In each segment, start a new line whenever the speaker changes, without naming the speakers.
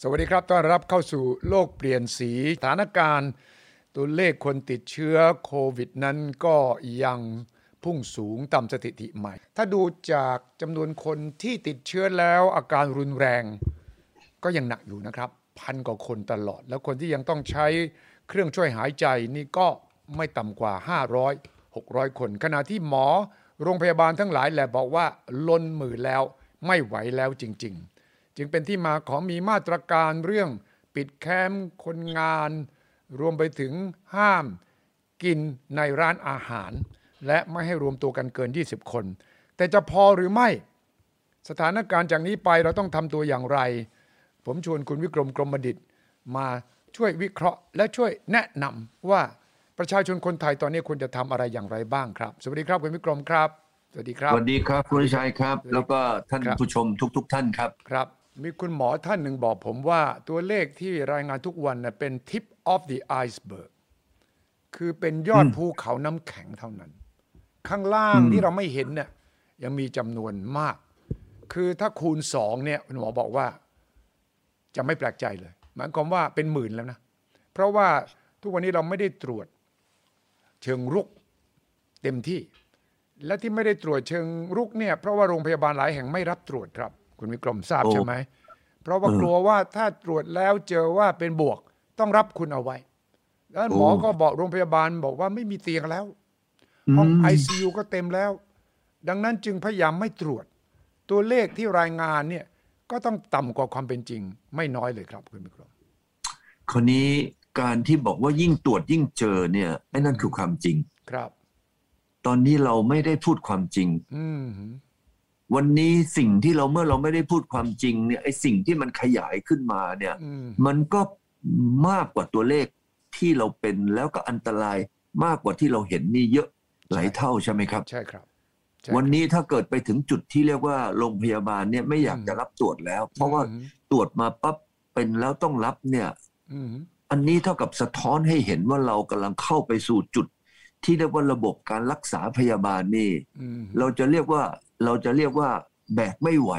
สวัสดีครับ ต้อนรับเข้าสู่โลกเปลี่ยนสีสถานการณ์ ตัวเลขคนติดเชื้อโควิดนั้นก็ยังพุ่งสูงตามสถิติใหม่ ถ้าดูจากจำนวนคนที่ติดเชื้อแล้วอาการรุนแรง ก็ยังหนักอยู่นะครับ พันกว่าคนตลอด แล้วคนที่ยังต้องใช้เครื่องช่วยหายใจนี่ก็ไม่ต่ำกว่า 500 600 คน ขณะที่หมอโรงพยาบาลทั้งหลายแหละบอกว่าล้นมือแล้วไม่ไหวแล้วจริง ๆ จึงเป็นที่มาของมีมาตรการเรื่องปิดแคมป์คนงาน รวมไปถึงห้าม กินในร้านอาหาร และไม่ให้รวมตัวกันเกิน 20 คน แต่จะพอหรือไม่ สถานการณ์จากนี้ไปเราต้องทำตัวอย่างไร ผมชวนคุณวิกรมกรมดิตมาช่วยวิเคราะห์ และช่วยแนะนำว่าประชาชนคนไทยตอนนี้ควรจะทำอะไรอย่างไรบ้างครับ สวัสดีครับคุณวิกรมครับ สวัสดีครับ
สวัสดีครับคุณชัยครับ แล้วก็ท่าน
ครับ
ผู้ชมทุก ๆ ท่านครับ
ครับ มีคุณหมอท่านหนึ่งบอกผมว่าตัวเลขที่รายงานทุกวันน่ะเป็น tip of the iceberg คือเป็นยอดภูเขาน้ำแข็งเท่านั้น ข้างล่างที่เราไม่เห็นเนี่ยยังมีจำนวนมาก คือถ้าคูณสองเนี่ยคุณหมอบอกว่า จะไม่แปลกใจเลยหมายความว่าเป็นหมื่นแล้วนะ เพราะว่าทุกวันนี้เราไม่ได้ตรวจเชิงรุกเต็มที่ และที่ไม่ได้ตรวจเชิงรุกเนี่ยเพราะว่าโรงพยาบาลหลายแห่งไม่รับตรวจครับ คุณวิกรมทราบ
โอ้
ใช่ไหม เพราะว่ากลัวว่าถ้าตรวจแล้วเจอว่าเป็นบวกต้องรับคุณเอาไว้ แล้วหมอก็บอกโรงพยาบาลบอกว่าไม่มีเตียงแล้ว ห้องไอซียูก็เต็มแล้ว ดังนั้นจึงพยายามไม่ตรวจ ตัวเลขที่รายงานเนี่ยก็ต้องต่ำกว่าความเป็นจริง ไม่น้อยเลยครับคุณมิกรม
คนนี้การที่บอกว่ายิ่งตรวจยิ่งเจอเนี่ยไอ้นั่นคือความจริง
ครับ
ตอนนี้เราไม่ได้พูดความจริง
อืมหือ
วันนี้สิ่งที่เราเมื่อเราไม่ได้พูดความจริงเนี่ยไอ้สิ่งที่มันขยายขึ้นมาเนี่ย
อืม
มันก็มากกว่าตัวเลขที่เราเป็นแล้วก็อันตรายมากกว่าที่เราเห็นนี่เยอะหลายเท่าใช่ไหมครับ
ใช่ครับใช่
วันนี้ถ้าเกิดไปถึงจุดที่เรียกว่าโรงพยาบาลเนี่ยไม่อยากจะรับตรวจแล้ว เพราะว่า
อืม
ตรวจมาปั๊บเป็นแล้วต้องรับเนี่ย
หืออืมหือ
อันนี้เท่ากับสะท้อนให้เห็นว่าเรากำลังเข้าไปสู่จุด ที่เรียกว่าระบบการรักษาพยาบาลนี่
อืมหือ
เราจะเรียกว่าเราจะเรียกว่าแบกไม่ไหว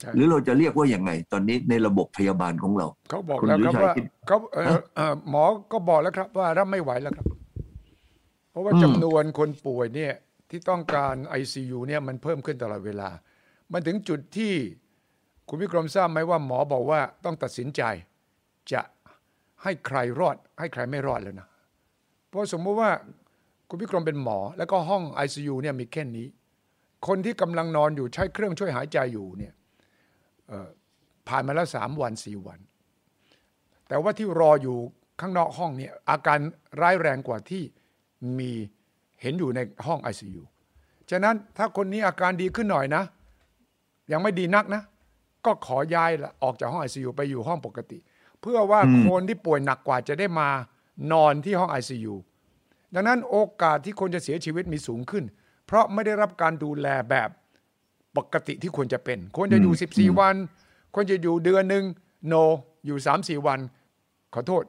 ใช่
หรือเราจะเรียกว่าอย่างไง ตอนนี้ในระบบพยาบาลของเรา
เขาบอก
คุณ
แล้ว
วิ
ครับ
ชัย
ว่า
คิด
เขาเอ่อ
ฮะ
เอ่อหมอก็บอกแล้วครับว่ารับไม่ไหวแล้วครับ เพราะว่า
อืม
จำนวนคนป่วยเนี่ยที่ต้องการไอซียูเนี่ยมันเพิ่มขึ้นตลอดเวลา มันถึงจุดที่คุณวิกรมทราบไหมว่าหมอบอกว่าต้องตัดสินใจจะให้ใครรอด ให้ใครไม่รอดแล้วนะ เพราะสมมุติว่าคุณวิกรมเป็นหมอ แล้วก็ห้อง ICU เนี่ยมีแค่นี้ คนที่กำลังนอนอยู่ใช้เครื่องช่วยหายใจอยู่เนี่ยเอ่อผ่านมาแล้วสามวันสี่วัน แต่ว่าที่รออยู่ข้างนอกห้องเนี่ยอาการร้ายแรงกว่าที่มีเห็นอยู่ในห้อง ICU ฉะนั้นถ้าคนนี้อาการดีขึ้นหน่อยนะ ยังไม่ดีนักนะ ก็ขอย้ายละออกจากห้อง ICU ไปอยู่ห้องปกติ เพื่อว่าคนที่ป่วยหนักกว่าจะได้มานอนที่ห้อง ICU ดังนั้นโอกาสที่คนจะเสียชีวิตมีสูงขึ้น เพราะไม่ได้รับการดูแลแบบปกติที่ควรจะเป็น ควรจะอยู่ 14 วัน ควรจะอยู่เดือนหนึ่ง no อยู่ 3-4 วัน ขอโทษ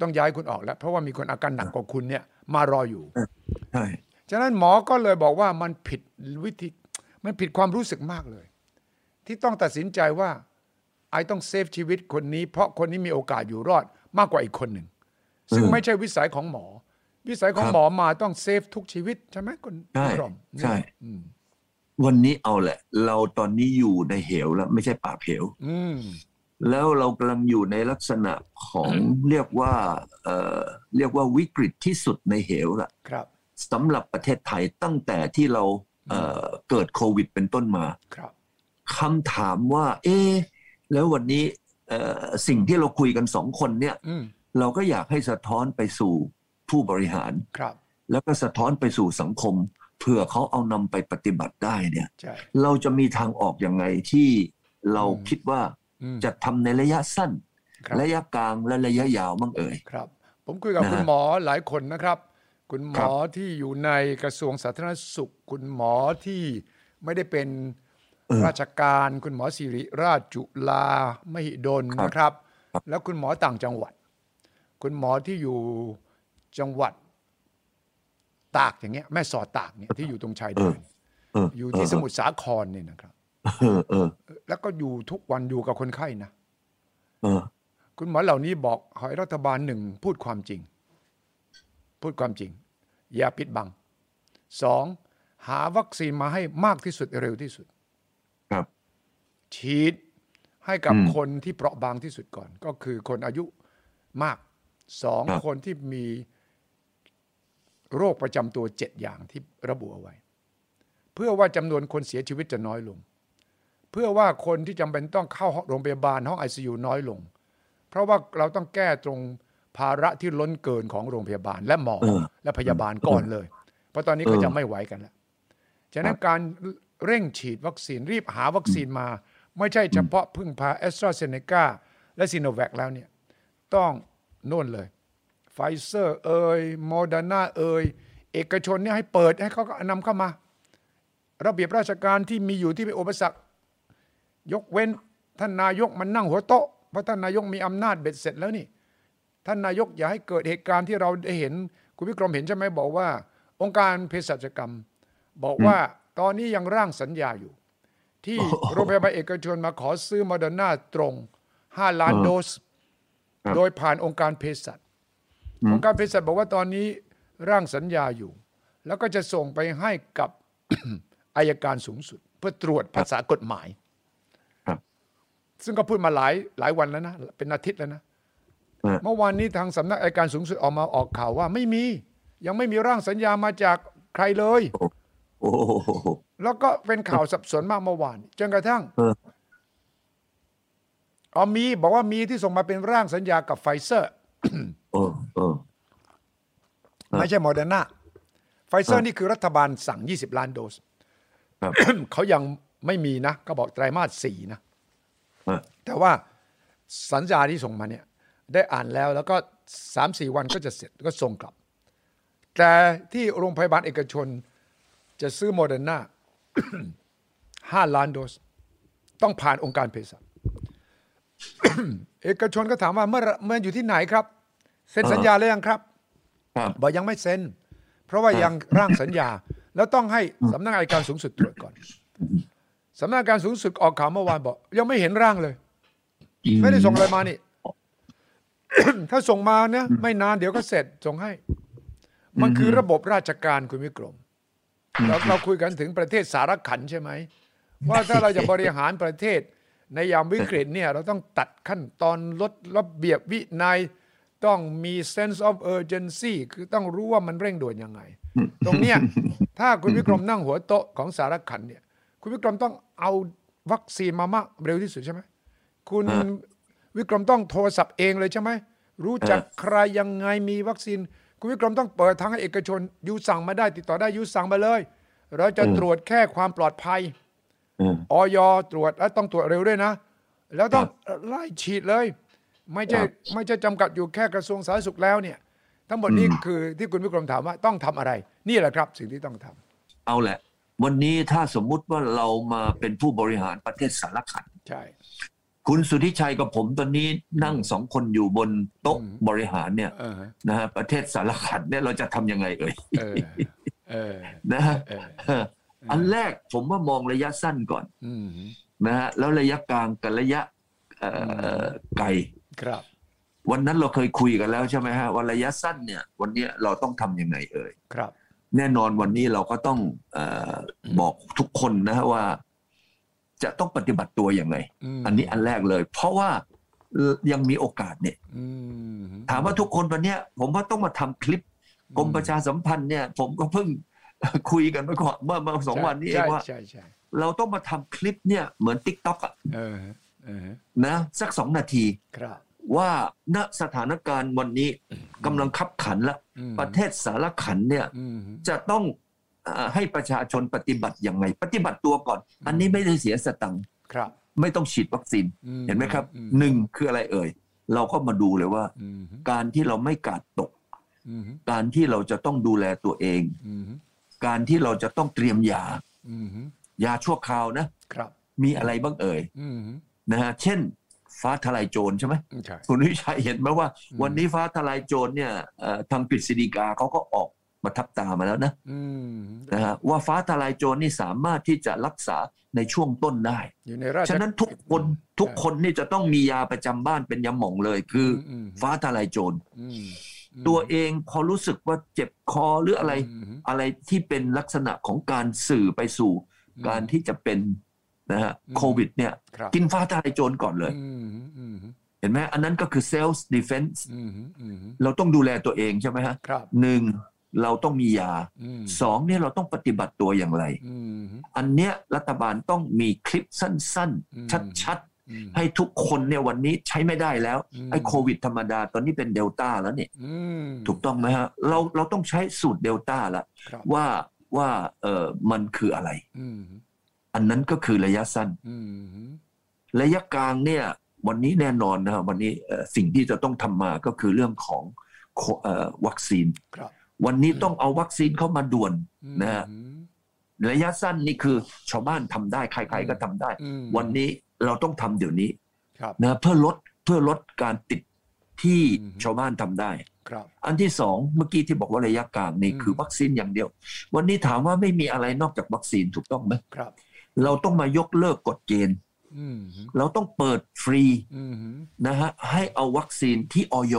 ต้องย้ายคุณออกแล้ว เพราะว่ามีคนอาการหนักกว่าคุณเนี่ยมารออยู่
ใช่
ฉะนั้นหมอก็เลยบอกว่ามันผิดวิธี มันผิดความรู้สึกมากเลย ที่ต้องตัดสินใจว่า ไอต้องเซฟชีวิตคนนี้ เพราะคนนี้มีโอกาสอยู่รอดมากกว่าอีกคนหนึ่ง ซึ่งไม่ใช่วิสัยของหมอ วิสัยของหมอมาต้องเซฟทุกชีวิต ใช่ไหมคุณ
ใช่
คุณกรม
ใช่
อืม
วันนี้เอาแหละ เราตอนนี้อยู่ในเหวแล้วไม่ใช่ปากเหว
อืม
แล้วเรากำลังอยู่ในลักษณะของเรียกว่าเอ่อเรียกว่าวิกฤตที่สุดในเหวละ
ครับ
สำหรับประเทศไทยตั้งแต่ที่เราเอ่อเกิดโควิดเป็นต้นมา
ครับ
คำถามว่า เอ๊ะแล้ววันนี้เอ่อสิ่งที่เราคุยกันสองคนเนี่ย
อืม
เราก็อยากให้สะท้อนไปสู่ผู้บริหาร
ครับ
แล้วก็สะท้อนไปสู่สังคมเผื่อเขาเอานำไปปฏิบัติได้เนี่ย
ใช่
เราจะมีทางออกยังไงที่เราคิดว่า
อืม
จะทำในระยะสั้น
ครับ
ระยะกลางและระยะยาวมั่งเอ่ย
ครับผมคุยกับ
นะฮะ
คุณหมอหลายคนนะครับ คุณหม
ครั
อบ ที่อยู่ในกระทรวงสาธารณสุข คุณหมอที่ไม่ได้เป็นราชการ คุณหมอสิริราชจุลา มหิดลนะครับ แล้วคุณหมอต่างจังหวัด คุณหมอที่อยู่จังหวัดตากอย่างเงี้ยแม่สอดตากเนี่ยที่อยู่ตรงชายแดน
เออ
อยู่ที่สมุทรสาครเนี่ยนะครับ
เออเออ
แล้วก็อยู่ทุกวันอยู่กับคนไข้นะ
เออ
คุณหมอเหล่านี้บอกขอให้รัฐบาลหนึ่งพูดความจริง พูดความจริง อย่าปิดบังสองหาวัคซีนมาให้มากที่สุดเร็วที่สุด
ครับ
ฉีดให้กับ
อืม
คนที่เปราะบางที่สุดก่อน ก็คือคนอายุมากสอง
ครับ
คนที่มีโรคประจำตัวเจ็ดอย่างที่ระบุเอาไว้ เพื่อว่าจำนวนคนเสียชีวิตจะน้อยลง เพื่อว่าคนที่จำเป็นต้องเข้าโรงพยาบาลห้องไอซูน้อยลง เพราะว่าเราต้องแก้ตรงภาระที่ล้นเกินของโรงพยาบาล และหมอ
เออ
และพยาบาลก่อนเลย เพราะตอนนี้ก็จะไม่ไหวกันแล้ว ฉะนั้นการเร่งฉีดวัคซีนรีบหาวัคซีนมา ไม่ใช่เฉพาะพึ่งพาแอสตราเซเนกาและซีโนแวคแล้วเนี่ย ต้องโน่นเลยไฟเซอร์เอ่ยโมเดอร์นาเอ่ยเอกชนเนี่ยให้เปิดให้เขาก็นำเข้ามา ระเบียบราชการที่มีอยู่ที่เป็นอุปสรรค ยกเว้นท่านนายกมันนั่งหัวโต๊ะเพราะท่านนายกมีอำนาจเบ็ดเสร็จแล้วนี่ ท่านนายกอย่าให้เกิดเหตุการณ์ที่เราได้เห็น คุณวิกรมเห็นใช่ไหมบอกว่า องค์การเภสัชกรรม บอกว่าตอนนี้ยังร่างสัญญาอยู่ ที่
โอ้โห
โรงพยาบาลเอกชนมาขอซื้อม o เดอร์นาตรง 5 ล้าน
เออ
โดส
ครับ
โดยผ่านองค์การเภสัชองค์การเภสัชบอกว่าตอนนี้ร่างสัญญาอยู่ แล้วก็จะส่งไปให้กับ อายการสูงสุด เพื่อตรวจภาษากฎหมาย ซึ่งก็พูดมาหลายหลายวันแล้วนะ เป็นอาทิตย์แล้วนะ
อ่า
เมื่อวานนี้ทางสำนักอัยการสูงสุดออกมาออกข่าวว่าไม่มี ยังไม่มีร่างสัญญามาจากใครเลย
โอ้โห
แล้วก็เป็นข่าวสับสนมากเมื่อวานจนกระทั่ง
เออ
เอามีบอกว่ามีที่ส่งมาเป็นร่างสัญญากับไฟเซอร์
เออเออ ครับ
ไม่ใช่โมเดอร์นาไฟเซอ
ครั
ร์
บ
นี่คือรัฐบาลสั่ง 20 ล้านโดส
ครับ
เขายังไม่มีนะ ก็บอกไตรมาสสี่นะ
เออ
แต่ว่าสัญญาที่ส่งมาเนี่ย ได้อ่านแล้วแล้วก็สามสี่วันก็จะเสร็จก็ส่งกลับ แต่ที่โรงพยาบาลเอกชนจะซื้อโมเดอร์นา ห้าล้านโดส ต้องผ่านองค์การเภสัช เอกชนก็ถามว่าเมื่อเมื่ออยู่ที่ไหนครับเซ็นสัญญาหรือยังครับ
ครับ
บอกยังไม่เซ็น เพราะว่ายังร่างสัญญา แล้วต้องให้สำนักงานอัยการสูงสุดตรวจก่อนสำนักงานอัยการสูงสุดออกข่าวเมื่อวานบอก ยังไม่เห็นร่างเลย ไม่ได้ส่งอะไรมานี่ ถ้าส่งมาเนี่ยไม่นานเดี๋ยวก็เสร็จส่งให้ มันคือระบบราชการคุณวิกรมเราเราคุยกันถึงประเทศสารขันใช่ไหม ว่าถ้าเราจะบริหารประเทศในยามวิกฤตเนี่ย เราต้องตัดขั้นตอนลดระเบียบวินัย ต้องมี sense of urgency คือต้องรู้ว่ามันเร่งด่วนยังไง ตรงเนี้ ยถ้าคุณวิกรมนั่งหัวโต๊ะของสารขันเนี่ย คุณวิกรมต้องเอาวัคซีนมามากเร็วที่สุดใช่ไหม คุณ
ฮะ
วิกรมต้องโทรศัพท์เองเลยใช่ไหม รู้จัก
ฮะ
ใครยังไงมีวัคซีน คุณวิกรมต้องเปิดทางให้เอกชนยูสั่งมาได้ติดต่อได้ยูสั่งมาเลย เราจะตรวจแค่ความปลอดภัย
เออ
ออยตรวจแล้วต้องตรวจเร็วด้วยนะ แล้วต้องไล่ฉีดเลย ไม่ใช่
ครับ
ไม่ใช่จำกัดอยู่แค่กระทรวงสาธารณสุขแล้วเนี่ย ทั้งหมดนี้
อืม
คือที่คุณวิกรมถามว่าต้องทำอะไร นี่แหละครับ สิ่งที่ต้องทำ
เอาแหละ วันนี้ถ้าสมมุติว่าเรามาเป็นผู้บริหารประเทศสารขัน
ใช่
คุณสุทธิชัยกับผมตอนนี้นั่งสองคนอยู่บนโต๊ะ
อืม
บริหารเนี่ย
เออฮะ
นะฮะประเทศสารขันเนี่ยเราจะทำยังไงเอ่ย
เออเออ
นะฮะ
เออ
เอออันแรกผมว่ามองระยะสั้นก่อน
อืม
นะฮะแล้วระยะกลางกับระยะเอ่อไกล
ครับ
วันนั้นเราเคยคุยกันแล้วใช่ไหมฮะว่าระยะสั้นเนี่ย วันเนี้ยเราต้องทำยังไงเอ่ย
ครับ
แน่นอนวันนี้เราก็ต้องเออบอกทุกคนนะฮะว่า จะต้องปฏิบัติตัวยังไง
ม
อันนี้อันแรกเลย เพราะว่าเอ่อยังมีโอกาสเนี่ย
อืม
ถามว่าทุกคนวันเนี้ย ผมว่าต้องมาทำคลิปกรมประชาสัมพันธ์เนี่ย ผมก็เพิ่ง คุยกันเมื่อก่อนเมื่อเมื่อสองวันนี้เอ
ใช่
งว่า
ใช่ใช่ใช่
เราต้องมาทำคลิปเนี่ยเหมือนติ๊กต็อกอะ
เออฮะเออฮะ
นะสักสองนาที
ครับ
ว่าณสถานการณ์วันนี้กำลังคับขันละ
อืม
ประเทศสารขันเนี่ย
อืม
จะต้องเอ่อให้ประชาชนปฏิบัติยังไง ปฏิบัติตัวก่อน อันนี้ไม่ได้เสียสตังค์
ครับ
ไม่ต้องฉีดวัคซีน
อื
เห็นไหมครับ
อื
หนึ่งคืออะไรเอ่ย เราก็มาดูเลยว่า
อืม
การที่เราไม่กาดตก
อืม
การที่เราจะต้องดูแลตัวเอง
อืม
การที่เราจะต้องเตรียมยา
อืม
ยาชั่วคราวนะ
ครับ
มีอะไรบ้างเอ่ย
อืม
นะฮะเช่น ฟ้าทลายโจรใช่ไหม
ใช่
คุณวิชัยเห็นไหมว่า
อืม
วันนี้ฟ้าทลายโจรเนี่ยเอ่อทางกฤษฎีกาเขาก็ออก มาทับตามาแล้วนะ
อืม
นะฮะว่าฟ้าทลายโจรนี่สามารถที่จะรักษาในช่วงต้นได้
อยู่ในราช
ฉะนั้นทุกคนทุกคนนี่จะต้องมียาประจำบ้านเป็นยาหม่องเลย คืออ
ม
ฟ้าทลายโจร
อืมอืม
ตัวเองพอรู้สึกว่าเจ็บคอหรืออะไร
ม
อะไรที่เป็นลักษณะของการสื่อไปสู่
อืม
การที่จะเป็นนะฮะ
อืม
โควิดเนี่ย
ครับ
กินฟ้าทลายโจรก่อนเลย
อืมอืม
เห็นไหมอันนั้นก็คือ self defense
อืมอืม
เราต้องดูแลตัวเองใช่ไหมฮะ
ครับ
หนึ่งเราต้องมียา
อืม
สองเนี่ยเราต้องปฏิบัติตัวอย่างไร
อืม
อันเนี้ยรัฐบาลต้องมีคลิปสั้น
อืม
ๆ ชัด
อืม
ๆ ให้ทุกคนเนี่ยวันนี้ใช้ไม่ได้แล้ว
อืม
ไอ้โควิดธรรมดาตอนนี้เป็นเดลต้าแล้วเนี่ย
อืม
ถูกต้องไหมฮะเราเราต้องใช้สูตรเดลต้าละ
ครับ
ว่าว่าเออมันคืออะไร
อืม
อันนั้นก็คือระยะสั้น
อืม
ระยะกลางเนี่ยวันนี้แน่นอนนะฮะวันนี้เอ่อสิ่งที่จะต้องทำมาก็คือเรื่องของโคเอ่อวัคซีน
ครับ
วันนี้ต้องเอาวัคซีนเข้ามาด่วน
อืม
นะฮะ ระยะสั้นนี่คือชาวบ้านทำได้ใครๆก็ทำได้
อืม
วันนี้เราต้องทำเดี๋ยวนี้
ครับ
นะเพื่อลดเพื่อลดการติดที่ชาวบ้านทำได้
ครับ
อันที่สองเมื่อกี้ที่บอกว่าระยะกลางนี่
อืม
คือวัคซีนอย่างเดียว วันนี้ถามว่าไม่มีอะไรนอกจากวัคซีนถูกต้องไหม
ครับ
เราต้องมายกเลิกกฎเกณฑ์
อืม
เราต้องเปิดฟรี
อืม
นะฮะให้เอาวัคซีนที่ออย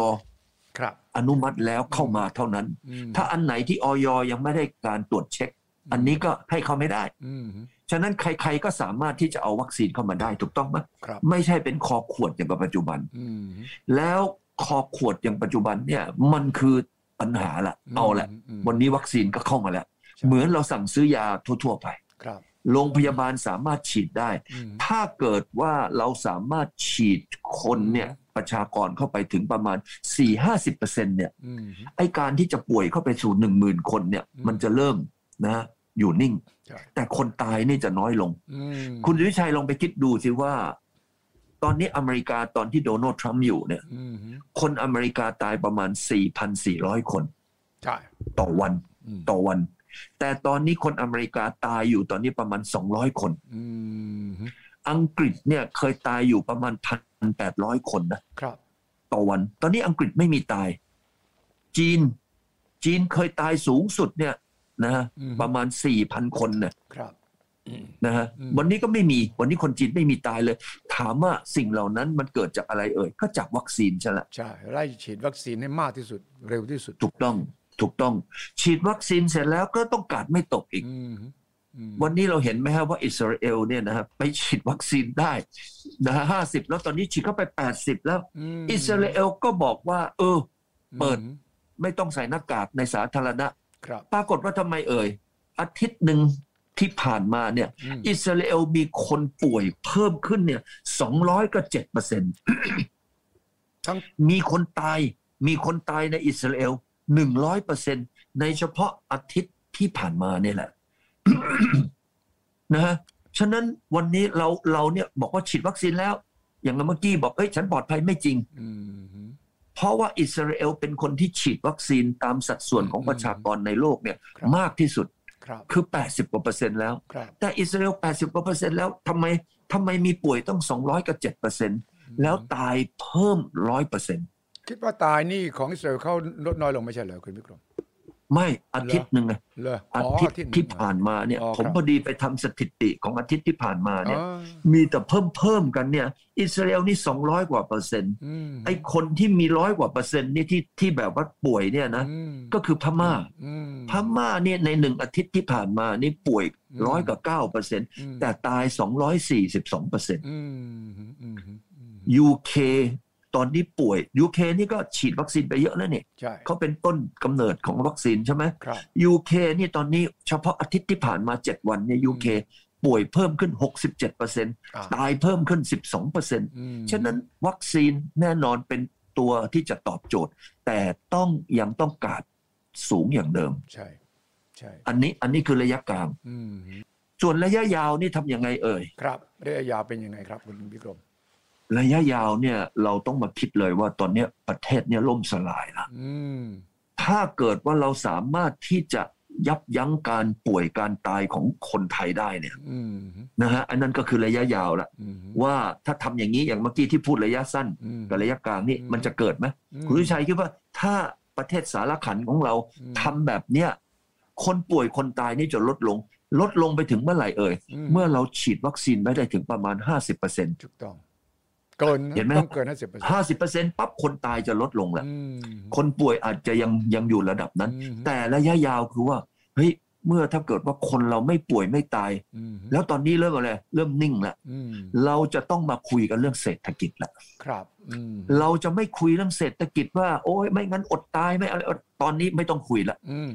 ครับ
อนุมัติแล้วเข้ามาเท่านั้น
อืม
ถ้าอันไหนที่ออยยังไม่ได้การตรวจเช็ค อันนี้ก็ให้เข้าไม่ได้
อืม
ฉะนั้นใครๆก็สามารถที่จะเอาวัคซีนเข้ามาได้ถูกต้องไหม
ครับ
ไม่ใช่เป็นคอขวดอย่างกับปัจจุบัน
อืม
แล้วคอขวดอย่างปัจจุบันเนี่ยมันคือปัญหาละเอาละ
ม
วันนี้วัคซีนก็เข้ามาแล้ว เหมือนเราสั่งซื้อยาทั่วๆไป
ครับ
โรงพยาบาลสามารถฉีดได้
อืม
ถ้าเกิดว่าเราสามารถฉีดคนเนี่ยประชากรเข้าไปถึงประมาณ 4-50%เนี่ย
อืม
ไอการที่จะป่วยเข้าไปสู่ 10,000 คนเนี่ย
อืม
มันจะเริ่มนะอยู่นิ่ง
ใช่
แต่คนตายนี่จะน้อยลง
อืม
คุณวิชัยลองไปคิดดูสิว่า ตอนนี้อเมริกาตอนที่โดนัลด์ทรัมป์อยู่เนี่ย
อืม
คนอเมริกาตายประมาณ 4,400 คน
ใช่
ต่อวัน
อืม
ต่อวัน แต่ตอนนี้คนอเมริกาตายอยู่ตอนนี้ประมาณ 200 คน
อืม
อังกฤษเนี่ยเคยตายอยู่ประมาณพันแปดร้อยคนนะครับ ต่อวัน ตอนนี้อังกฤษไม่มีตาย จีน จีนเคยตายสูงสุดเนี่ยนะฮะ
อื
ประมาณสี่พันคนนะครับ นะฮะ
อืม
วันนี้ก็ไม่มีวันนี้คนจีนไม่มีตายเลย ถามว่าสิ่งเหล่านั้นมันเกิดจากอะไรเอ่ยก็จากวัคซีนใช่ละ
ใช่ไล่ฉีดวัคซีนให้มากที่สุดเร็วที่สุด
ถูกต้องถูกต้อง ฉีดวัคซีนเสร็จแล้วก็ต้องการไม่ตกอีก
อืมอืม
วันนี้เราเห็นไหมฮะว่าอิสราเอลเนี่ยนะฮะไปฉีดวัคซีนได้นะฮะห้าสิบแล้วตอนนี้ฉีดเข้าไปแปดสิบแล้ว
ม
อิสราเอลก็บอกว่า เออ เปิด
อืม
ไม่ต้องใส่หน้ากากในสาธารณะ
ครับ
ปรากฏว่าทำไมเอ่ย อาทิตย์หนึ่งที่ผ่านมาเนี่ย
ม
อิสราเอลมีคนป่วยเพิ่มขึ้นเนี่ยสองร้อยก็เจ็ดเปอร์เซ็น
ทั้ง
มีคนตาย มีคนตายในอิสราเอลหนึ่งร้อยเปอร์เซ็นในเฉพาะอาทิตย์ที่ผ่านมาเนี่ยแหละ นะฮะฉะนั้นวันนี้เราเราเนี่ยบอกว่าฉีดวัคซีนแล้ว อย่างเมื่อกี้บอกเอ้ยฉันปลอดภัยไม่จริง
อืม
เพราะว่าอิสราเอลเป็นคนที่ฉีดวัคซีนตามสัดส่วนของ
อืม
ประชากรในโลกเนี่ย
ครับ
มากที่สุด
ครับ
คือ 80กว่าเปอร์เซ็นต์แล้ว
ครับ
แต่อิสราเอล 80กว่าเปอร์เซ็นต์แล้วทำไมทำไมมีป่วยต้อง 200กับ7เปอร์เซ็นต์แล้วตายเพิ่ม 100เปอร์เซ็นต์
คิดว่าตายนี่ของอิสราเอลเขาลดน้อยลงไม่ใช่เหรอคุณวิกรม
ไม่อาทิตย์หนึ่งไง
เหรอ
อา
อ๋อ
ทิตย์
หง
ที่ผ่านมาเนี่ย
อ๋อครับ
ผมพอดีไปทำสถิติของอาทิตย์ที่ผ่านมาเนี่ย
อ๋อ
มีแต่เพิ่มเพิ่มกันเนี่ยอิสราเอลนี่200 กว่าเปอร์เซ็นต์
อืม
ไอ้คนที่มีร้อยกว่าเปอร์เซ็นต์นี่ที่ที่แบบว่าป่วยเนี่ยนะ
อืม
ก็คือพม่า
อืม
พม่าเนี่ยในหนึ่งอาทิตย์ที่ผ่านมานี่ป่วย
อืม
ร้อยกับเก้าเปอร์เซ็นต์
อืม
แต่ตายสองร้อยสี่สิบสองเปอร์เซ็นต์
อืมอืมอืมอืม
ยูเคตอนนี้ป่วยยูเคนี่ก็ฉีดวัคซีนไปเยอะแล้วเนี่ย
ใช่
เขาเป็นต้นกำเนิดของวัคซีนใช่ไหม
ครับ
ยูเคนี่ตอนนี้เฉพาะอาทิตย์ที่ผ่านมาเจ็ดวันเนี่ยยูเคป่วยเพิ่มขึ้นหกสิบเจ็ดเปอร์เซ็นต์
อ่า
ตายเพิ่มขึ้นสิบสองเปอร์เซ็นต์
อืม
ฉะนั้นวัคซีนแน่นอนเป็นตัวที่จะตอบโจทย์ แต่ต้องยังต้องการสูงอย่างเดิม
ใช่ใช่
อันนี้อันนี้คือระยะกลาง
อืม
ส่วนระยะยาวนี่ทำยังไงเอ่ย
ครับระยะยาวเป็นยังไงครับคุณวิกรม
ระยะยาวเนี่ยเราต้องมาคิดเลยว่าตอนเนี้ยประเทศเนี่ยล่มสลายละ
อืม
ถ้าเกิดว่าเราสามารถที่จะยับยั้งการป่วยการตายของคนไทยได้เนี่ย
อืม
นะฮะอันนั้นก็คือระยะยาวละ
อืม
ว่าถ้าทำอย่างนี้อย่างเมื่อกี้ที่พูดระยะสั้น
อืม
กับระยะกลางนี่
อืม
มันจะเกิดไหม
อืม
คุณวิชัยคิดว่าถ้า ประเทศสารขันของเราทำแบบเนี้ยคนป่วยคนตายนี่จะลดลง ลดลงไปถึงเมื่อไหร่เอ่ย
อืม
เมื่อเราฉีดวัคซีนไว้ได้ถึงประมาณ 50%เปอร์เซ็นต์
ถูกต้อง เกินนะ
เห็นไหม
ต้องเกินห้าสิบเปอร์เซ็นต์
ห้าสิบเปอร์เซ็นต์ปั๊บคนตายจะลดลงแหละ
อืม
คนป่วยอาจจะยังยังอยู่ระดับนั้น
อืม
แต่ระยะยาวคือว่าเฮ้ยเมื่อถ้าเกิดว่าคนเราไม่ป่วยไม่ตาย
อืม
แล้วตอนนี้เริ่มอะไรเริ่มนิ่งละ
อืม
เราจะต้องมาคุยกันเรื่องเศรษฐกิจละ
ครับอืม
เราจะไม่คุยเรื่องเศรษฐกิจว่า โอ้ยไม่งั้นอดตายไม่อะไรตอนนี้ไม่ต้องคุยละ
อืม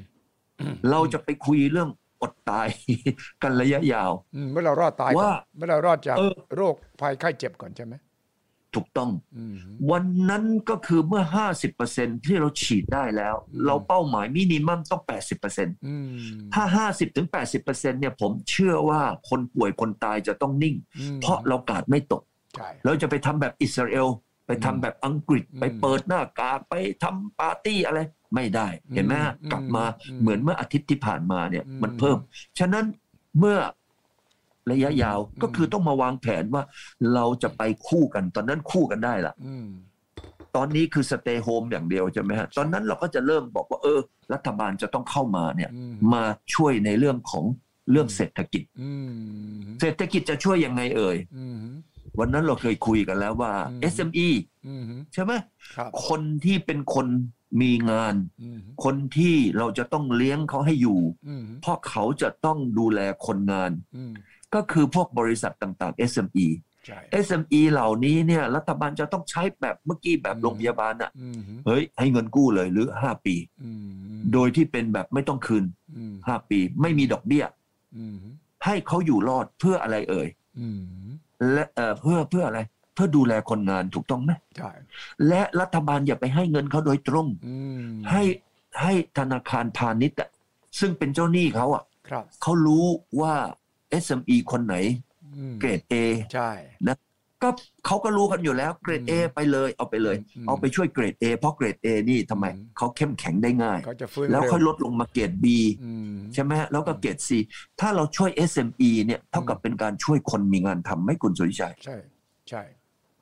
เราจะไปคุยเรื่องอดตาย กันระยะยาว
อืมเมื่อเรารอดตายก่อน
ว่า
เมื่อเรารอดจาก
เออ
โรคภัยไข้เจ็บก่อนใช่ไหม
ถูกต้อง
อืม
วันนั้นก็คือเมื่อ 50%ที่เราฉีดได้แล้ว
อืม
เราเป้าหมายมินิมัมต้อง 80%
อืม
ถ้า 50-80%เนี่ยผมเชื่อว่าคนป่วยคนตายจะต้องนิ่ง
อืม
เพราะเรากาดไม่ตก
ใช่
เราจะไปทำแบบอิสราเอล ไปทำแบบอังกฤษ
อืม
ไปเปิดหน้ากากไปทำปาร์ตี้อะไร ไม่ได้ เห็นไหมฮะ
อืม
กลับมา
อืม
เหมือนเมื่ออาทิตย์ที่ผ่านมาเนี่ย
อืม
มันเพิ่ม ฉะนั้นเมื่อระยะยาว
อืม
ก็คือต้องมาวางแผนว่าเราจะไปคู่กันตอนนั้นคู่กันได้ละ
อืม
ตอนนี้คือสเตย์โฮมอย่างเดียวใช่ไหมฮะตอนนั้นเราก็จะเริ่มบอกว่าเออ รัฐบาลจะต้องเข้ามาเนี่ย
อืม
มาช่วยในเรื่องของเรื่องเศรษฐกิจ
อืม
เศรษฐกิจจะช่วยยังไงเอ่ย
อืม
วันนั้นเราเคยคุยกันแล้วว่า
อืม
SME
อืม
ใช่ไหม
ครับ
คนที่เป็นคนมีงาน
อืม
คนที่เราจะต้องเลี้ยงเขาให้อยู่
อืม
เพราะเขาจะต้องดูแลคนงาน
อืม
ก็คือพวกบริษัทต่างๆ SME
ใช่
SME เหล่านี้เนี่ยรัฐบาลจะต้องใช้แบบเมื่อกี้แบบโรงพยาบาลอะ
อืม
เฮ้ยให้เงินกู้เลยหรือ 5 ปี
อืม
โดยที่เป็นแบบไม่ต้องคืน
อืม
5 ปี ไม่มีดอกเบี้ย
อืม
ให้เขาอยู่รอดเพื่ออะไรเอ่ย
อืม
และเอ่อเพื่อเพื่ออะไร เพื่อดูแลคนงานถูกต้องไหม
ใช่
และรัฐบาลอย่าไปให้เงินเขาโดยตรง
อืม
ให้ให้ธนาคารพาณิชย์อะซึ่งเป็นเจ้าหนี้เขาอะ
ครับ
เขารู้ว่า SME คนไหน
อืม
เกรด A
ใช่
ก็เขาก็รู้กันอยู่แล้วเกรด A
อืม
ไปเลย เอาไปเลย
อืม
เอาไปช่วยเกรด A เพราะเกรด A นี่ทำไม
อืม
เขาเข้มแข็งได้ง่าย
เขาจะฟื้น
แล้ว
เร็
ค่อยลดลงมาเกรด B
อืม
ใช่ไหมฮะแล้วก็เกรด C ถ้าเราช่วย SME เนี่ยเท่ากับ
อืม
เป็นการช่วยคนมีงานทำไหม่คุณสุริชัย
ใช่ ใช่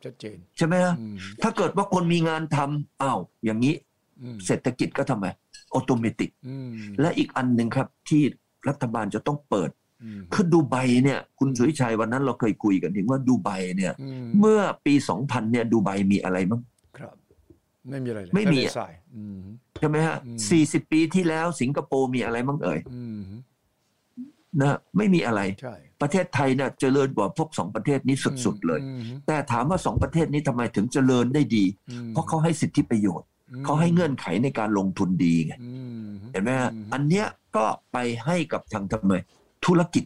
ชัดเจน
ใช่ไหมฮะ
อืม
ถ้าเกิดว่าคนมีงานทำอ้าวอย่างนี้
อืม
เศรษฐกิจก็ทำไมอัตโนมัติ
อืม
และอีกอันหนึ่งครับที่รัฐบาลจะต้องเปิด
อืม
คือดูไบเนี่ยคุณสุริชัยวันนั้นเราเคยคุยกันถึงว่าดูไบเนี่ย
อืม
เมื่อปี 2000 เนี่ยดูไบมีอะไรมั้ง
ครับ ไม่มีอะไรเลย
ไม่มี
ทะเล
อะ
ทรายอืม
ใช่ไหมฮะ
อืม
40 ปีที่แล้วสิงคโปร์มีอะไรมั้งเอ่ย
อืม
นะฮะไม่มีอะไร
ใช่
ประเทศไทยเนี่ยเจริญกว่าพวกสองประเทศนี้สุดๆเลย
อืม
แต่ถามว่าสองประเทศนี้ทำไมถึงเจริญได้ดี
อืม
เพราะเขาให้สิทธิประโยชน์ เขาให้เงื่อนไขในการลงทุนดีไง
อืม
เห็นไหมฮะ
อืม
อันเนี้ยก็ไปให้กับทางทำไมธุรกิจ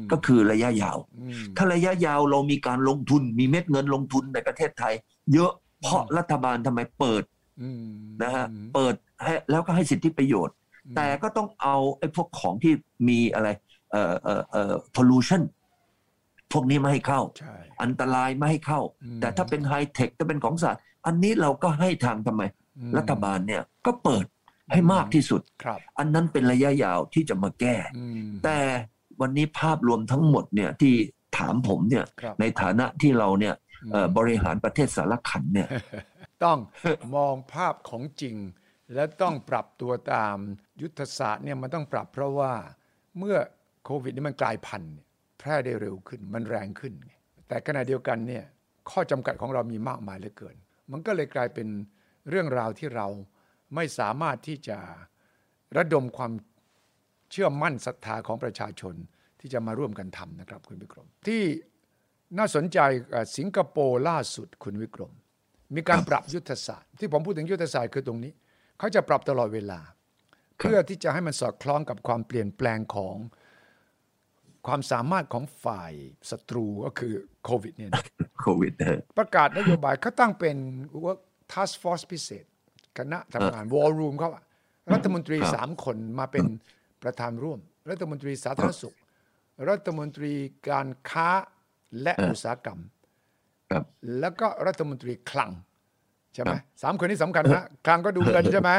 ม
ก็คือระยะยาว
ม
ถ้าระยะยาวเรามีการลงทุนมีเม็ดเงินลงทุนในประเทศไทย เยอะเพราะ
อืม
รัฐบาลทำไมเปิด
อืม
นะฮะ
อืม
เปิดให้แล้วก็ให้สิทธิประโยชน์
อืม
แต่ก็ต้องเอาไอ้พวกของที่มีอะไรเอ่อเอ่อเอ่อ pollution พวกนี้ไม่ให้เข้า
ใช่
อันตรายไม่ให้เข้า
อืม
แต่ถ้าเป็นไฮเทคถ้าเป็นของสัตว์อันนี้เราก็ให้ทางทำไม
อืม
รัฐบาลเนี่ยก็เปิดให้มากที่สุด
ครับ
อันนั้นเป็นระยะยาวที่จะมาแก้
อืม
แต่วันนี้ภาพรวมทั้งหมดเนี่ยที่ถามผมเนี่ย
ครับ
ในฐานะที่เราเนี่ยเอ่อ
ม
บริหารประเทศสารขันเนี่ย
ต้อง มองภาพของจริง และต้องปรับตัวตามยุทธศาสตร์เนี่ยมันต้องปรับเพราะว่าเมื่อโควิดนี่มันกลายพันธุ์เนี่ยแพร่ได้เร็วขึ้นมันแรงขึ้นไงแต่ขณะเดียวกันเนี่ยข้อจำกัดของเรามีมากมายเหลือเกิน มันก็เลยกลายเป็นเรื่องราวที่เราไม่สามารถที่จะระดมความ เชื่อมั่นศรัทธาของประชาชนที่จะมาร่วมกันทำนะครับ คุณวิกรม ที่น่าสนใจเอ่อสิงคโปร์ล่าสุดคุณวิกรม มีการปรับยุทธศาสตร์ ที่ผมพูดถึงยุทธศาสตร์คือตรงนี้ เขาจะปรับตลอดเวลา
ครับ
เพื่อที่จะให้มันสอดคล้องกับความเปลี่ยนแปลงของความสามารถของฝ่ายศัตรูก็คือโควิดเนี่ยนะ
โควิดเออ
ประกาศนโยบายเขาตั้งเป็น work task force พิเศษ คณะทำงาน war room เขาอะรัฐมนตรี
ครับ
สามคนมาเป็นประธานร่วม รัฐมนตรีสาธารณสุข รัฐมนตรีการค้าและ
เอออุ
อุตสาหกรรม
ครับ
แล้วก็รัฐมนตรีคลัง ใช่ไหมสามคนนี้สำคัญนะคลังก็ดูเงินใช่ไหม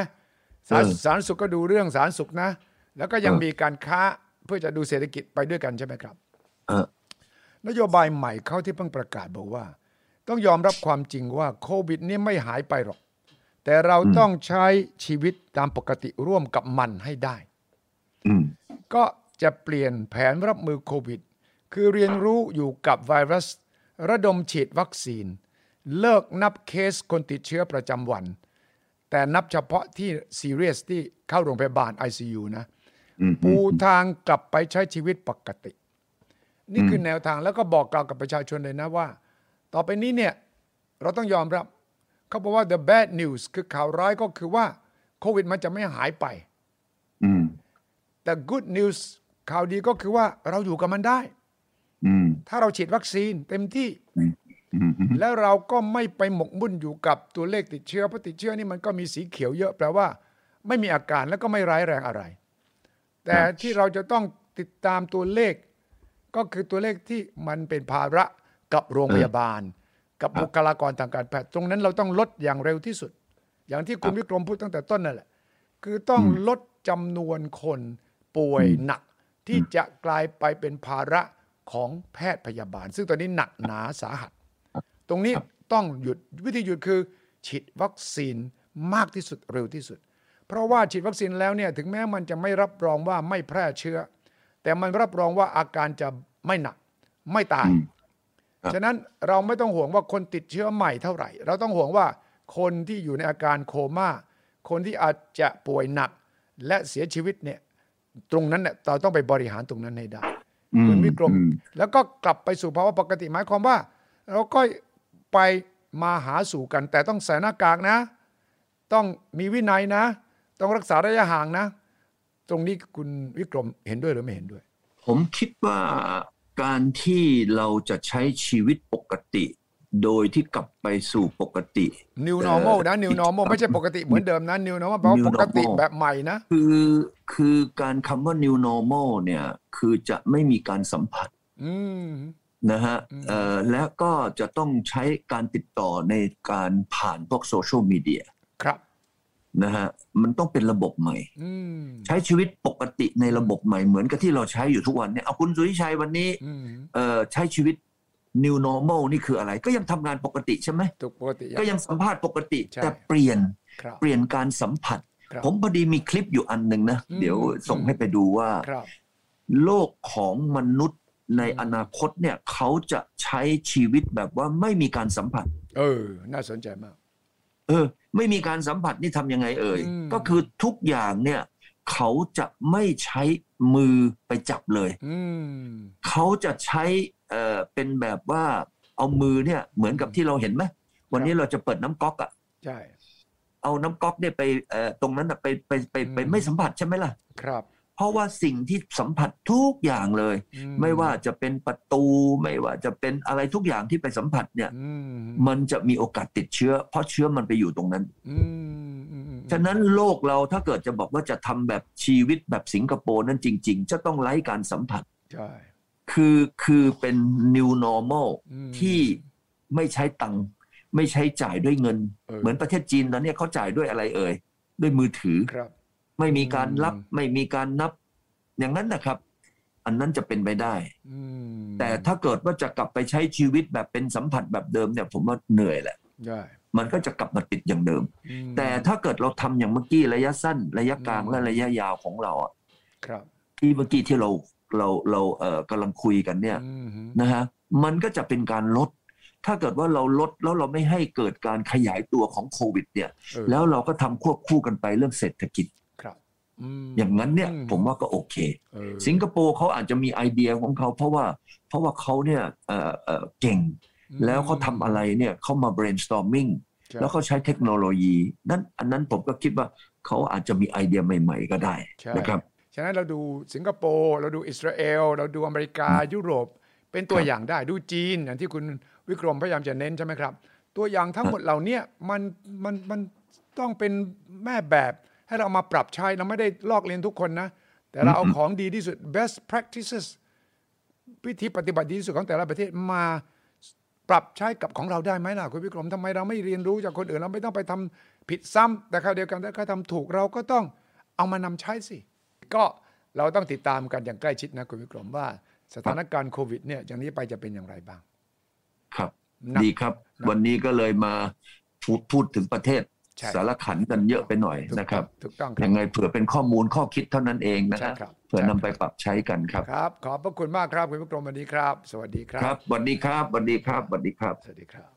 สาธารณสาธารณสุขก็ดูเรื่องสาธารณสุขนะ แล้วก็ยังมีการค้าเพื่อจะดูเศรษฐกิจไปด้วยกันใช่ไหมครับ
เออน
โยบายใหม่เขาที่เพิ่งประกาศบอกว่า ต้องยอมรับความจริงว่าโควิดนี่ไม่หายไปหรอก แต่เราต้องใช้ชีวิตตามปกติร่วมกับมันให้ได้
อืม
ก็จะเปลี่ยนแผนรับมือโควิด คือเรียนรู้อยู่กับไวรัส ระดมฉีดวัคซีน เลิกนับเคสคนติดเชื้อประจำวัน แต่นับเฉพาะที่ซีเรียสที่เข้าโรงพยาบาล ICU นะ
อืม
ปูทางกลับไปใช้ชีวิตปกติ นี่คือแนวทางแล้วก็บอกกล่าวกับประชาชนเลยนะว่า ต่อไปนี้เนี่ย เราต้องยอมรับ เขาบอกว่า the bad news คือข่าวร้ายก็คือว่าโควิดมันจะไม่หายไป
อืม
แต่ good news ข่าวดีก็คือว่าเราอยู่กับมันได้
อืม
ถ้าเราฉีดวัคซีนเต็มที่
อืม
แล้วเราก็ไม่ไปหมกมุ่นอยู่กับตัวเลขติดเชื้อเพราะติดเชื้อนี่มันก็มีสีเขียวเยอะแปลว่า ไม่มีอาการแล้วก็ไม่ร้ายแรงอะไร แต่
ครับ
ที่เราจะต้องติดตามตัวเลข ก็คือตัวเลขที่มันเป็นภาระกับโรงพยาบาล กับบุคลากรทางการแพทย์ตรงนั้นเราต้องลดอย่างเร็วที่สุด อย่างที่คุณวิกรมพูดตั้งแต่ต้นนั่นแหละ คือต้องลดจำนวนคนป่วยหนัก ที่จะกลายไปเป็นภาระของแพทย์พยาบาล ซึ่งตอนนี้หนักหนาสาหัส ตรงนี้ต้องหยุดวิธีหยุดคือ ฉีดวัคซีนมากที่สุดเร็วที่สุด เพราะว่าฉีดวัคซีนแล้วเนี่ยถึงแม้มันจะไม่รับรองว่าไม่แพร่เชื้อ แต่มันรับรองว่าอาการจะไม่หนัก ไม่ตาย
ครับ
ฉะนั้นเราไม่ต้องห่วงว่าคนติดเชื้อใหม่เท่าไหร่ เราต้องห่วงว่าคนที่อยู่ในอาการโคม่า คนที่อาจจะป่วยหนักและเสียชีวิตเนี่ยตรงนั้นเนี่ยเราต้องไปบริหารตรงนั้นให้ได้
อื
คุณวิกรม
อื
แล้วก็กลับไปสู่ภาวะปกติหมายความว่า เราก็ไปมาหาสู่กัน แต่ต้องใส่หน้ากากนะ ต้องมีวินัยนะ ต้องรักษาระยะห่างนะ ตรงนี้คุณวิกรมเห็นด้วยหรือไม่เห็นด้วย
ผมคิดว่าการที่เราจะใช้ชีวิตปกติ โดยที่กลับไปสู่ปกติ
new
เอ่อ
normal นะ new normal ไม่ใช่ปกติเหมือนเดิมนะ new normal แปลว่า
New
ปกติ
normal
แบบใหม่นะ
คือคือการคำว่า new normal เนี่ย คือจะไม่มีการสัมผัส
อืม
นะฮะ
อืม
เอ่อและก็จะต้องใช้การติดต่อในการผ่านพวกโซเชียลมีเดีย
ครับ
นะฮะมันต้องเป็นระบบใหม่
อืม
ใช้ชีวิตปกติในระบบใหม่เหมือนกับที่เราใช้อยู่ทุกวันเนี่ยเอาคุณสุริชัยวันนี้
อืม
เอ่อใช้ชีวิต new normal นี่คืออะไร ก็ยังทำงานปกติใช่ไหม
ถูกปกติอย่าง
ก็ยังสัมภาษณ์ปกติ
ใช่
แต่เปลี่ยน
ครับ
เปลี่ยนการสัมผัส
ครับ
ผมพอดีมีคลิปอยู่อันหนึ่งนะ
อืม
เดี๋ยวส่งให้ไปดูว่า
ครับ
โลกของมนุษย์ใน
อืม
อนาคตเนี่ยเขาจะใช้ชีวิตแบบว่าไม่มีการสัมผัส
เออ น่าสนใจมาก
เออ ไม่มีการสัมผัสนี่ทำยังไงเอ่ย
อืม
ก็คือทุกอย่างเนี่ย เขาจะไม่ใช้มือไปจับเลย
อืม
เขาจะใช้เออเป็นแบบว่าเอามือเนี่ยเหมือนกับที่เราเห็นไหมวันนี้เราจะเปิดน้ำก๊อกอะ
ใช่
เอาน้ำก๊อกเนี่ยไปเอ่อตรงนั้นน่ะไปไปไปไป
อืม
ไม่สัมผัสใช่ไหมล่ะ
ครับ
เพราะว่าสิ่งที่สัมผัสทุกอย่างเลย
อื
ไม่ว่าจะเป็นประตูไม่ว่าจะเป็นอะไรทุกอย่างที่ไปสัมผัสเนี่ย
อืม
มันจะมีโอกาสติดเชื้อ เพราะเชื้อมันไปอยู่ตรงนั้น
อืมอืมอืม
ฉะนั้นโลกเราถ้าเกิดจะบอกว่าจะทำแบบชีวิตแบบสิงคโปร์นั้นจริง ๆ จะต้องไร้การสัมผัส
ใช่
คือคือเป็น new normal
อืม
ที่ไม่ใช้ตังค์ไม่ใช้จ่ายด้วยเงิน
เออ
เหมือนประเทศจีนตอนเนี้ยเขาจ่ายด้วยอะไรเอ่ยด้วยมือถือ
ครับ
ไม่มีการรับ
อืม
ไม่มีการนับ อย่างนั้นนะครับ อันนั้นจะเป็นไปได้
อืม
แต่ถ้าเกิดว่าจะกลับไปใช้ชีวิตแบบเป็นสัมผัสแบบเดิมเนี่ย ผมว่าเหนื่อยแหละ
ใช่
มันก็จะกลับมาติดอย่างเดิม
อืม
แต่ถ้าเกิดเราทำอย่างเมื่อกี้ระยะสั้น ระยะกลาง
อืม
และระยะยาวของเราอะ
ครับ
ที่เมื่อกี้ที่เราเราเราเอ่อกำลังคุยกันเนี่ย
อืม
นะฮะมันก็จะเป็นการลด ถ้าเกิดว่าเราลดแล้วเราไม่ให้เกิดการขยายตัวของโควิด เนี่ย
เออ
แล้วเราก็ทำควบคู่กันไปเรื่องเศรษฐกิจ
ครับอืม
อย่างนั้นเนี่ย
อืม
ผมว่าก็โอเค
เออ
สิงคโปร์เขาอาจจะมีไอเดียของเขาเพราะว่าเพราะว่าเขาเนี่ยเอ่อเอ่อเก่ง
อืม
แล้วเขาทำอะไรเนี่ยเขามา brainstorming
ใช่
แล้วเขาใช้เทคโนโลยีนั้นอันนั้นผมก็คิดว่าเขาอาจจะมีไอเดียใหม่ ๆ ก็ได้
ใช่
นะครับ
ฉะนั้นเราดูสิงคโปร์เราดูอิสราเอล เราดูอเมริกายุโรป เป็นตัว
ครับ
อย่างได้ดูจีน อย่างที่คุณวิกรมพยายามจะเน้นใช่ไหมครับ ตัวอย่างทั้งหมดเหล่าเนี้ยมันมันมันต้องเป็นแม่แบบ ให้เรามาปรับใช้เราไม่ได้ลอกเลียนทุกคนนะ แต่เราเอาของดีที่สุด best practices วิธีปฏิบัติดีที่สุดของแต่ละประเทศมาปรับใช้กับของเราได้ไหมล่ะคุณวิกรมทำไมเราไม่เรียนรู้จากคนอื่นเราไม่ต้องไปทำผิดซ้ำแต่คราวเดียวกันถ้าเขาทำถูกเราก็ต้องเอามานำใช้สิ ก็เราต้องติดตามกันอย่างใกล้ชิดนะคุณวิกรมว่าสถานการณ์โควิดเนี่ยจากนี้ไปจะเป็นอย่างไรบ้าง
ครับ
นะ
ดีครับ
นะ
วันนี้ก็เลยมาพูดพูดถึงประเทศ
ใช่
สารขันกันเยอะไปหน่อย
ถูก
นะครับ
ถูกต้องครั
ยั
บ
งไงเผื่อเป็นข้อมูลข้อคิดเท่านั้นเองนะ
ใช่
ฮะ
ครับ
เผื่อ
ใช่
นำ
ครับ
ไปปรับใช้กันครับ
ครับ ขอบพระคุณมากครับคุณวิกรมวันนี้ครับ สวัสดีครั
ครับ บสวัสดีครับสวัสดีครับสวัสดีครับ
สวัสดีครับ